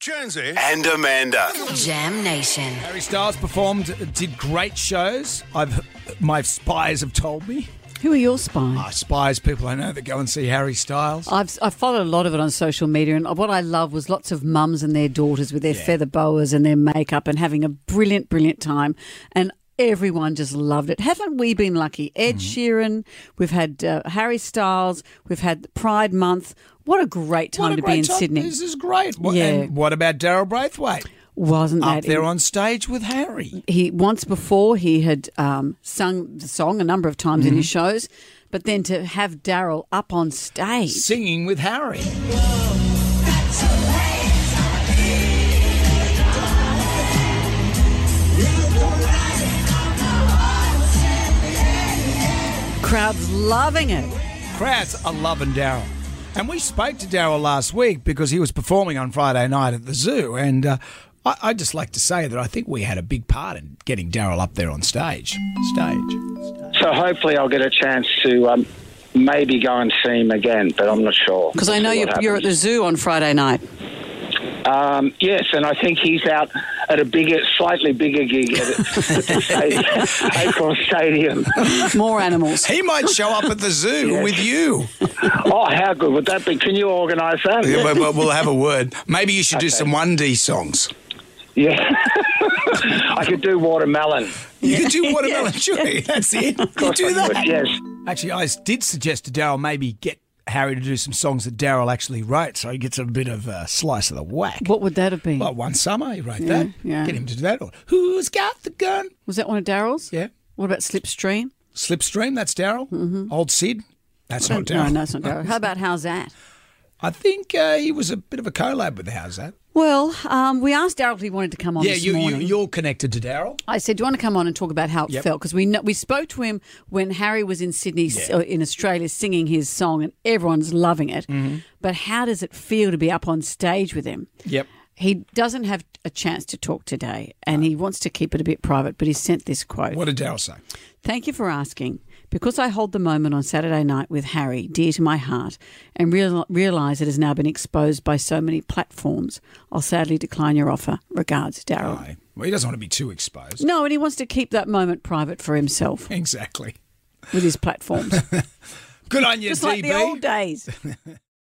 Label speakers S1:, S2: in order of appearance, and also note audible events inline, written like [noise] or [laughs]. S1: Jonesy.
S2: and Amanda.
S3: Jam Nation.
S4: Harry Styles performed, did great shows. I've my spies have told me.
S5: Who are your spies?
S4: I spies people I know that go and see Harry Styles.
S5: I've, I followed a lot of it on social media, and what I love was lots of mums and their daughters with their feather boas and their makeup and having a brilliant, brilliant time. And everyone just loved it. Haven't we been lucky? Ed Sheeran, we've had uh, Harry Styles, we've had Pride Month. What a great time
S4: What a
S5: to
S4: great
S5: be in
S4: time.
S5: Sydney.
S4: This is great. What,
S5: Yeah.
S4: And what about Daryl Braithwaite
S5: Wasn't
S4: up
S5: that
S4: there on stage with Harry?
S5: he once before he had um, sung the song a number of times in his shows, but then to have Daryl up on stage.
S4: Singing with Harry.
S5: Crowds loving it.
S4: Crowds are loving Daryl. And we spoke to Daryl last week because he was performing on Friday night at the zoo. And uh, I, I'd just like to say that I think we had a big part in getting Daryl up there on stage. Stage.
S6: So hopefully I'll get a chance to um, maybe go and see him again, but I'm not sure.
S5: Because I know
S6: What
S5: you're, you're at the
S6: happens.
S5: zoo on Friday night.
S6: Um, yes, and I think he's out at a bigger, slightly bigger gig
S5: [laughs]
S6: at, at the stadium, Acorn Stadium.
S4: [laughs]
S5: More animals.
S4: He might show up at the
S5: [laughs]
S4: zoo with you.
S6: Oh, how good would that be? Can you organise that?
S2: Yeah, but, but we'll
S5: [laughs]
S2: have a word. Maybe you should do some 1D songs.
S6: Yeah. [laughs] I could do watermelon.
S4: You could do watermelon
S5: [laughs]
S4: chili. That's it. You do that.
S6: Yes.
S4: Actually, I did suggest to Daryl maybe get Harry to do some songs that Daryl actually wrote so he gets a bit of a slice of the whack.
S5: What would that have been?
S4: Like one summer, he wrote that.
S5: yeah.
S4: Get him to do that. Or, Who's got the gun?
S5: Was that one of Daryl's?
S4: Yeah.
S5: What about Slipstream?
S4: Slipstream, that's Daryl.
S5: Mm-hmm.
S4: Old Sid, that's not
S5: No,
S4: Daryl.
S5: no, it's not Daryl. How about How's That?
S4: I think uh, he was a bit of a collab with the How's That?
S5: Well, um, we asked Daryl if he wanted to come on
S4: yeah,
S5: this
S4: you, you,
S5: morning.
S4: you're connected to Daryl.
S5: I said, "Do you want to come on and talk about how it
S4: Yep.
S5: felt?" Because we know, we spoke to him when Harry was in Sydney s uh, in Australia singing his song, and everyone's loving it.
S4: Mm-hmm.
S5: But how does it feel to be up on stage with him?
S4: Yep.
S5: He doesn't have a chance to talk today, and he wants to keep it a bit private. But he sent this quote.
S4: What did Daryl say?
S5: Thank you for asking. Because I hold the moment on Saturday night with Harry dear to my heart and real, realise it has now been exposed by so many platforms, I'll sadly decline your offer. Regards, Daryl.
S4: I- Well, he doesn't want to be too exposed.
S5: No, and he wants to keep that moment private for himself
S4: Exactly.
S5: with his platforms.
S4: Good on you,
S5: Just
S4: DB.
S5: like the old days.